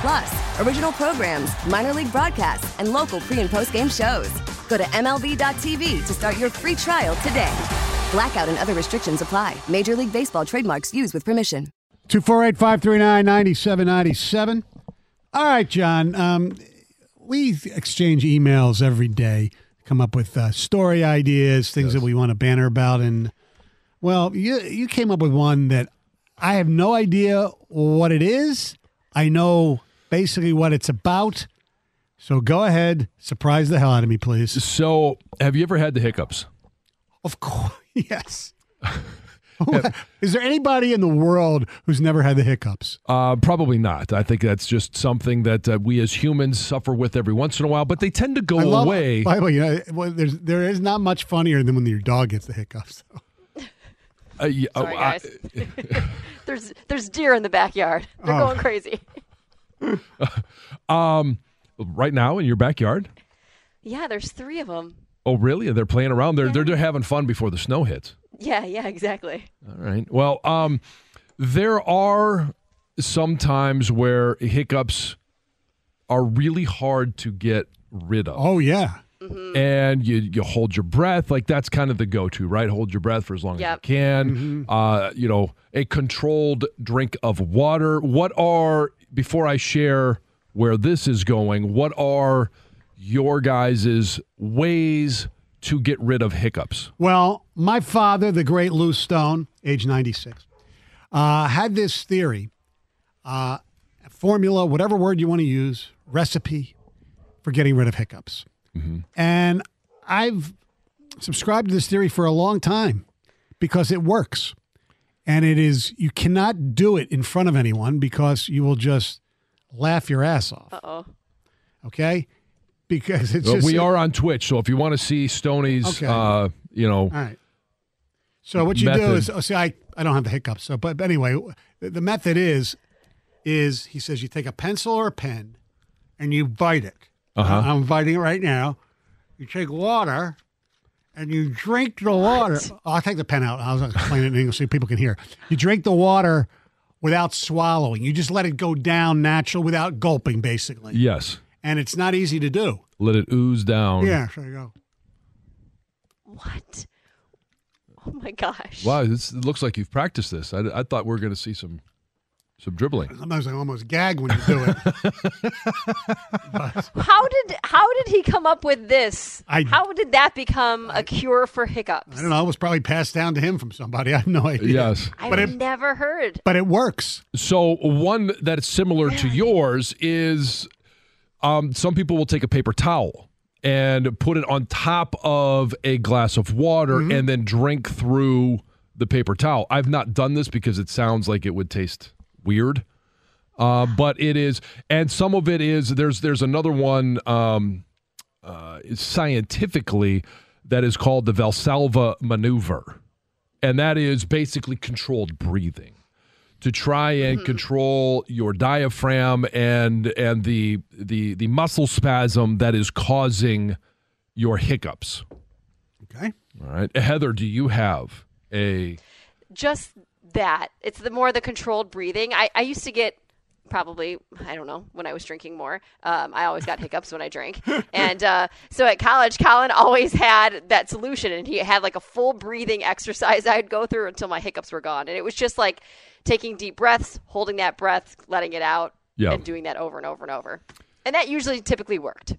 Plus, original programs, minor league broadcasts, and local pre and post game shows. Go to MLB.tv to start your free trial today. Blackout and other restrictions apply. Major League Baseball trademarks used with permission. 248 539 9797. All right, John. Um, we exchange emails every day, come up with uh, story ideas, things that we want to banter about. And, well, you, you came up with one that I have no idea what it is. I know basically what it's about. So go ahead, surprise the hell out of me, please. So, have you ever had the hiccups? Of course, yes. Is there anybody in the world who's never had the hiccups? Uh, probably not. I think that's just something that uh, we as humans suffer with every once in a while, but they tend to go I love, away. By the way, you know, well, there's, there is not much funnier than when your dog gets the hiccups. Uh, yeah, oh, Sorry, I- guys. there's there's deer in the backyard. They're Oh. going crazy. um, right now in your backyard. Yeah, there's three of them. Oh, really? They're playing around. They're they're, they're having fun before the snow hits. Yeah, yeah, exactly. All right. Well, um, there are some times where hiccups are really hard to get rid of. Oh yeah, and you you hold your breath. Like that's kind of the go to, right? Hold your breath for as long Yep. as you can. Mm-hmm. Uh, you know, a controlled drink of water. What are before I share where this is going? What are your guys' ways to get rid of hiccups? Well, my father, the great Lou Stone, age 96, uh, had this theory, uh, formula, whatever word you want to use, recipe for getting rid of hiccups. Mm-hmm. And I've subscribed to this theory for a long time because it works. And it is, you cannot do it in front of anyone because you will just laugh your ass off. Uh oh. Okay? Because it's Well, just. we are on Twitch, so if you want to see Stoney's, Okay. uh, you know, All right. So what you do Method. is, oh, see, I, I don't have the hiccups. So, but, but anyway, the, the method is, is he says you take a pencil or a pen, and you bite it. Uh-huh. I- I'm biting it right now. You take water, and you drink the water. Oh, I'll take the pen out. I'll explain it in English so people can hear. You drink the water without swallowing. You just let it go down natural without gulping, basically. yes, And it's not easy to do. let it ooze down. Yeah, there you go. What? Oh my gosh. Wow, this, it looks like you've practiced this. I, I thought we were going to see some some dribbling. Sometimes I almost gag when you do it. How did how did he come up with this? I- how did that become a cure for hiccups? I don't know. It was probably passed down to him from somebody. I have no idea. Yes. I've But it- never heard. But it works. So one that's similar to yours is um, some people will take a paper towel and put it on top of a glass of water and then drink through the paper towel. I've not done this because it sounds like it would taste weird. Uh, but it is, and some of it is. There's there's another one um, uh, scientifically that is called the Valsalva maneuver, and that is basically controlled breathing to try and control your diaphragm and and the the the muscle spasm that is causing your hiccups. Okay. All right, Heather, do you have a? Just that. It's the more the controlled breathing. I, I used to get probably I don't know when I was drinking more. Um, I always got hiccups when I drank, and uh, so at college, Colin always had that solution, and he had like a full breathing exercise I'd go through until my hiccups were gone, and it was just like taking deep breaths, holding that breath, letting it out, Yeah. and doing that over and over and over, and that usually typically worked.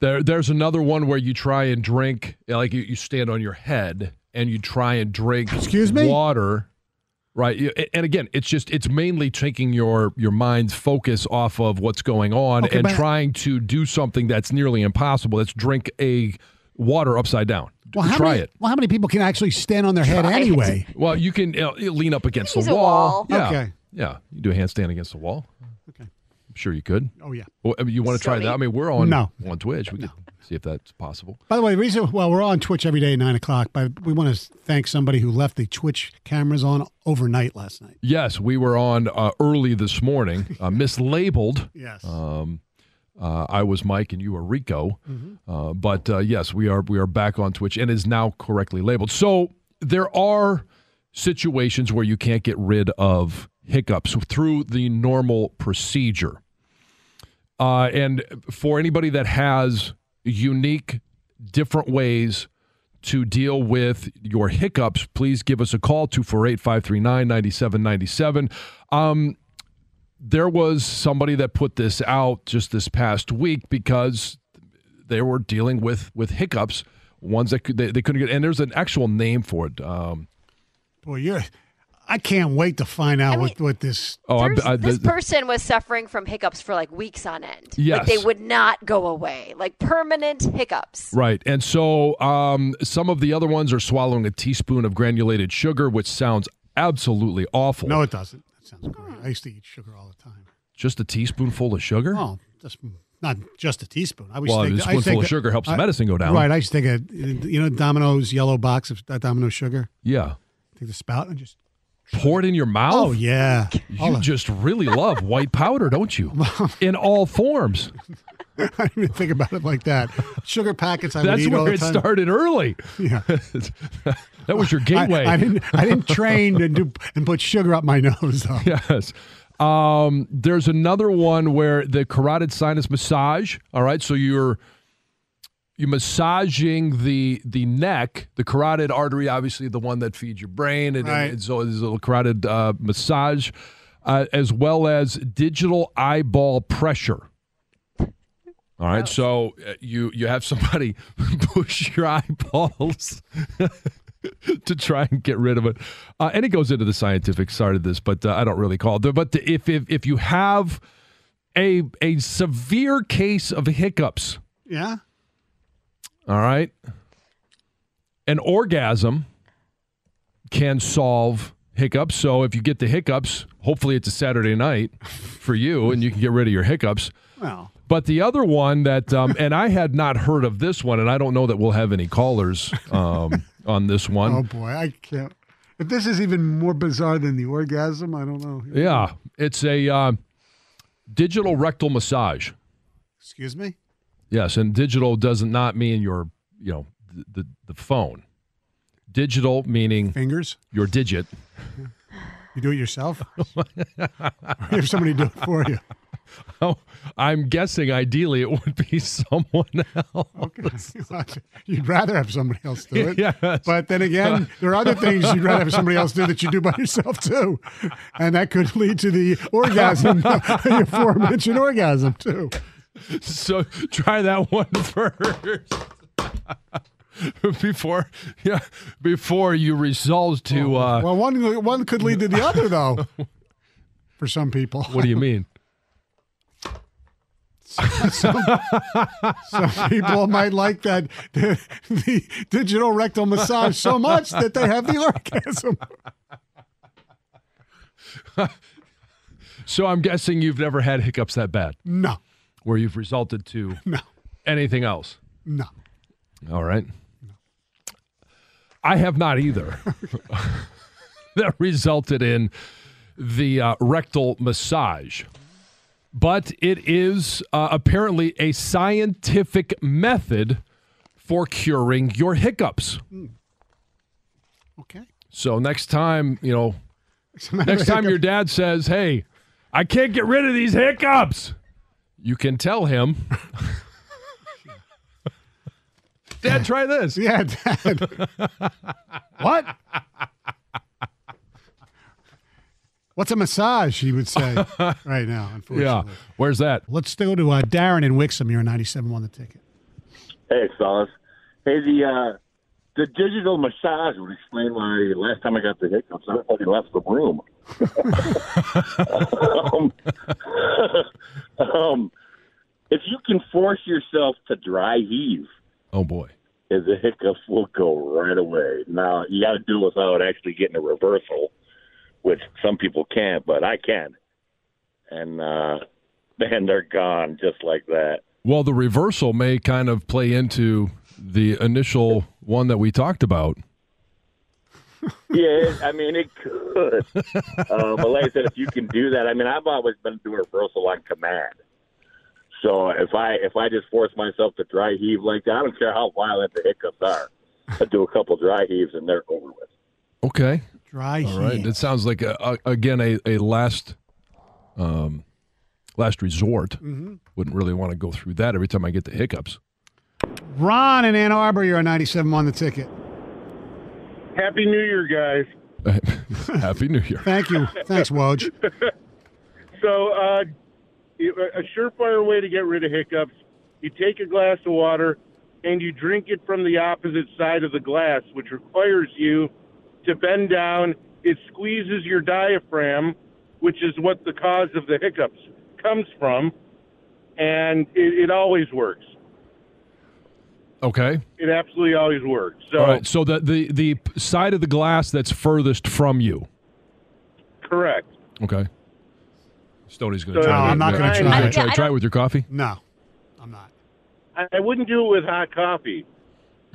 There, there's another one where you try and drink, like you, you stand on your head and you try and drink. Excuse me? Water, right? You- And again, it's just it's mainly taking your your mind's focus off of what's going on Okay, and but- trying to do something that's nearly impossible. That's drink a water upside down. Well, how try many, it. Well, how many people can actually stand on their head Try it. anyway? Well, you can uh, lean up against the Use a wall. wall. Yeah. Okay. Yeah. You do a handstand against the wall. Okay. I'm sure you could. Oh yeah. Well, I mean, you want to try Silly. that? I mean, we're on No. on Twitch. We could see if that's possible. By the way, the reason well, we're on Twitch every day at nine o'clock, but we want to thank somebody who left the Twitch cameras on overnight last night. Yes, we were on uh, early this morning, uh, mislabeled. Yes. Um, uh, I was Mike and you were Rico. Uh, but uh, yes, we are we are back on Twitch and is now correctly labeled. So there are situations where you can't get rid of hiccups through the normal procedure. Uh, and for anybody that has unique, different ways to deal with your hiccups, please give us a call 248 539 9797. Um, there was somebody that put this out just this past week because they were dealing with with hiccups, ones that could, they, they couldn't get. And there's an actual name for it. Um, Boy, you're. I can't wait to find out what what this. oh, I- There's- I- this the- person was suffering from hiccups for like weeks on end. Yes. Like they would not go away. Like permanent hiccups. Right. And so um, some of the other ones are swallowing a teaspoon of granulated sugar, which sounds absolutely awful. No, it doesn't. That sounds great. I used to eat sugar all the time. Just a teaspoonful of sugar? Oh, just not just a teaspoon. I was Well, think, a I used to spoonful think of sugar helps the I- medicine go down. Right. I used to take a you know Domino's yellow box of that Domino sugar. Yeah. Take the spout and just. Pour it in your mouth? Oh yeah. All You of- just really love white powder, don't you? In all forms. I didn't even think about it like that. Sugar packets. I would That's eat all the where it time. started early. Yeah. that was your gateway. I, I didn't. I didn't train and do and put sugar up my nose. Though. yes. Um, there's another one where the carotid sinus massage. All right, so you're you're massaging the the neck, the carotid artery, obviously the one that feeds your brain, and, Right. and so there's a little carotid uh, massage, uh, as well as digital eyeball pressure. All right, so uh, you you have somebody push your eyeballs to try and get rid of it, uh, and it goes into the scientific side of this, but uh, I don't really call it. But if if if you have a a severe case of hiccups, Yeah. all right, an orgasm can solve hiccups. So if you get the hiccups, hopefully it's a Saturday night for you, and you can get rid of your hiccups. Well. But the other one that, um, and I had not heard of this one, and I don't know that we'll have any callers um, on this one. Oh boy, I can't. If this is even more bizarre than the orgasm, I don't know. Yeah, it's a uh, digital rectal massage. Excuse me. Yes, and digital does not mean your, you know, the the, the phone. Digital meaning Fingers. your digit. You do it yourself. or you have somebody do it for you. Oh, I'm guessing ideally it would be someone else. Okay. you'd rather have somebody else do it. Yes. But then again, there are other things you'd rather have somebody else do that you do by yourself too, and that could lead to the orgasm, the aforementioned orgasm too. So try that one first. Before, yeah, before you resolve to. Uh, Well, one one could lead to the other though. For some people, what do you mean? Some people might like that the, the digital rectal massage so much that they have the orgasm. So I'm guessing you've never had hiccups that bad, No, where you've resulted to no, anything else. no. All right. I have not either. that resulted in the uh, rectal massage. But it is uh, apparently a scientific method for curing your hiccups. Okay. So next time, you know, next time your dad says, "Hey, I can't get rid of these hiccups," you can tell him, "Dad, try this." Yeah, Dad. what? What's a massage? He would say right now, unfortunately. Yeah. Where's that? Let's go to uh, Darren in Wixom. You're 97 on the ticket. Hey, fellas. Hey, the uh, the digital massage would explain why last time I got the hiccups, I fucking left the room. um, um, if you can force yourself to dry heave, Oh boy. is the hiccups will go right away. Now you got to do it without actually getting a reversal, which some people can't, but I can. And uh, then they're gone just like that. Well, the reversal may kind of play into the initial one that we talked about. Yeah, I mean it could, uh, but like I said, if you can do that, I mean I've always been doing reversal on command. So if I if I just force myself to dry heave like that, I don't care how violent the hiccups are. I do a couple dry heaves and they're over with. Okay. Dry All right. heat. That sounds like a, a, again a, a last um last resort. Wouldn't really want to go through that every time I get the hiccups. Ron in Ann Arbor, you're a 97 on the ticket. Happy New Year, guys. Happy New Year. Thank you. Thanks, Woj. So, uh, a surefire way to get rid of hiccups, you take a glass of water and you drink it from the opposite side of the glass, which requires you to bend down. It squeezes your diaphragm, which is what the cause of the hiccups comes from, and it, it always works. Okay. It absolutely always works. So, All right. So the, the the side of the glass that's furthest from you. correct. Okay. Stoney's going to So- try. No, that. I'm not gonna Yeah. try You're it. Try, I try it don't- with your coffee. No, I'm not. I, I wouldn't do it with hot coffee,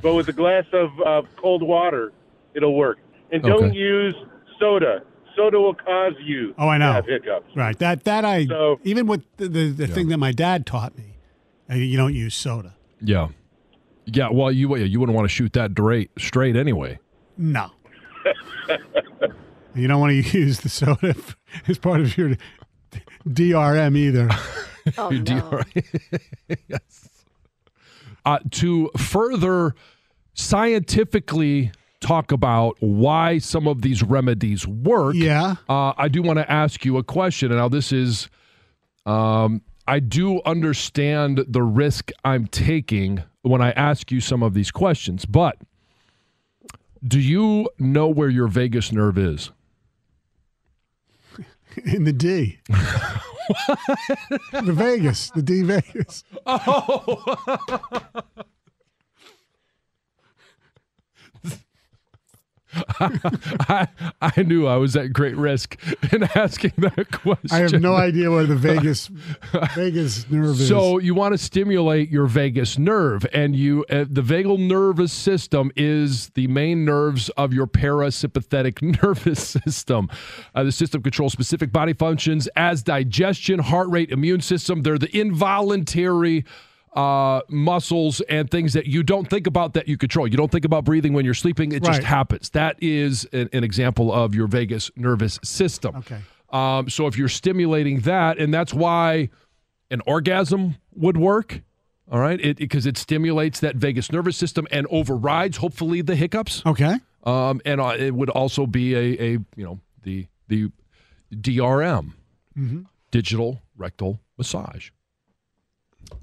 but with a glass of, of cold water, it'll work. And don't Okay. use soda. Soda will cause you Oh, I know. to have hiccups. Right. That that I So- even with the the, the thing that my dad taught me, uh, you don't use soda. Yeah. Yeah. Well, you yeah, you wouldn't want to shoot that straight straight anyway. No. you don't want to use the soda f- as part of your DRM either. Oh, You do- no. Yes. Uh, to further scientifically talk about why some of these remedies work, Yeah. uh, I do want to ask you a question. Now, this is, um, I do understand the risk I'm taking when I ask you some of these questions, but do you know where your vagus nerve is? In the D. the Vegas, the D Vegas. I, I knew I was at great risk in asking that question. I have no idea where the Vegas Vegas nerve is. So you want to stimulate your vagus nerve, and you uh, the vagal nervous system is the main nerves of your parasympathetic nervous system. Uh, the system controls specific body functions as digestion, heart rate, immune system. They're the involuntary uh, muscles and things that you don't think about that you control. You don't think about breathing when you're sleeping. It just Right. happens. That is an, an example of your vagus nervous system. Okay. Um, so if you're stimulating that, and that's why an orgasm would work. All right, it because it, stimulates that vagus nervous system and overrides hopefully the hiccups. Okay. Um, and uh, it would also be a, a you know the the DRM, digital rectal massage,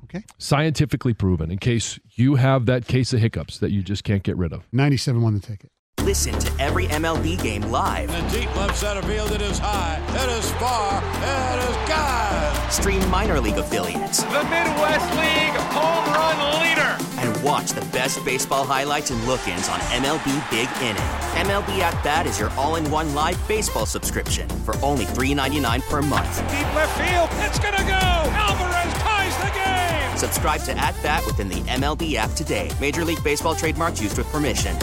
Okay. scientifically proven. In case you have that case of hiccups that you just can't get rid of. 97 won the ticket. Listen to every MLB game live. The deep left center field, it is high, it is far, it is God. Stream minor league affiliates The Midwest League home run leader. and watch the best baseball highlights and look ins on MLB Big Inning. MLB At Bat is your all in one live baseball subscription for only $3.99 per month. Deep left field, it's gonna go. Alvarez ties the game. Subscribe to At Bat within the MLB app today. Major League Baseball trademarks used with permission.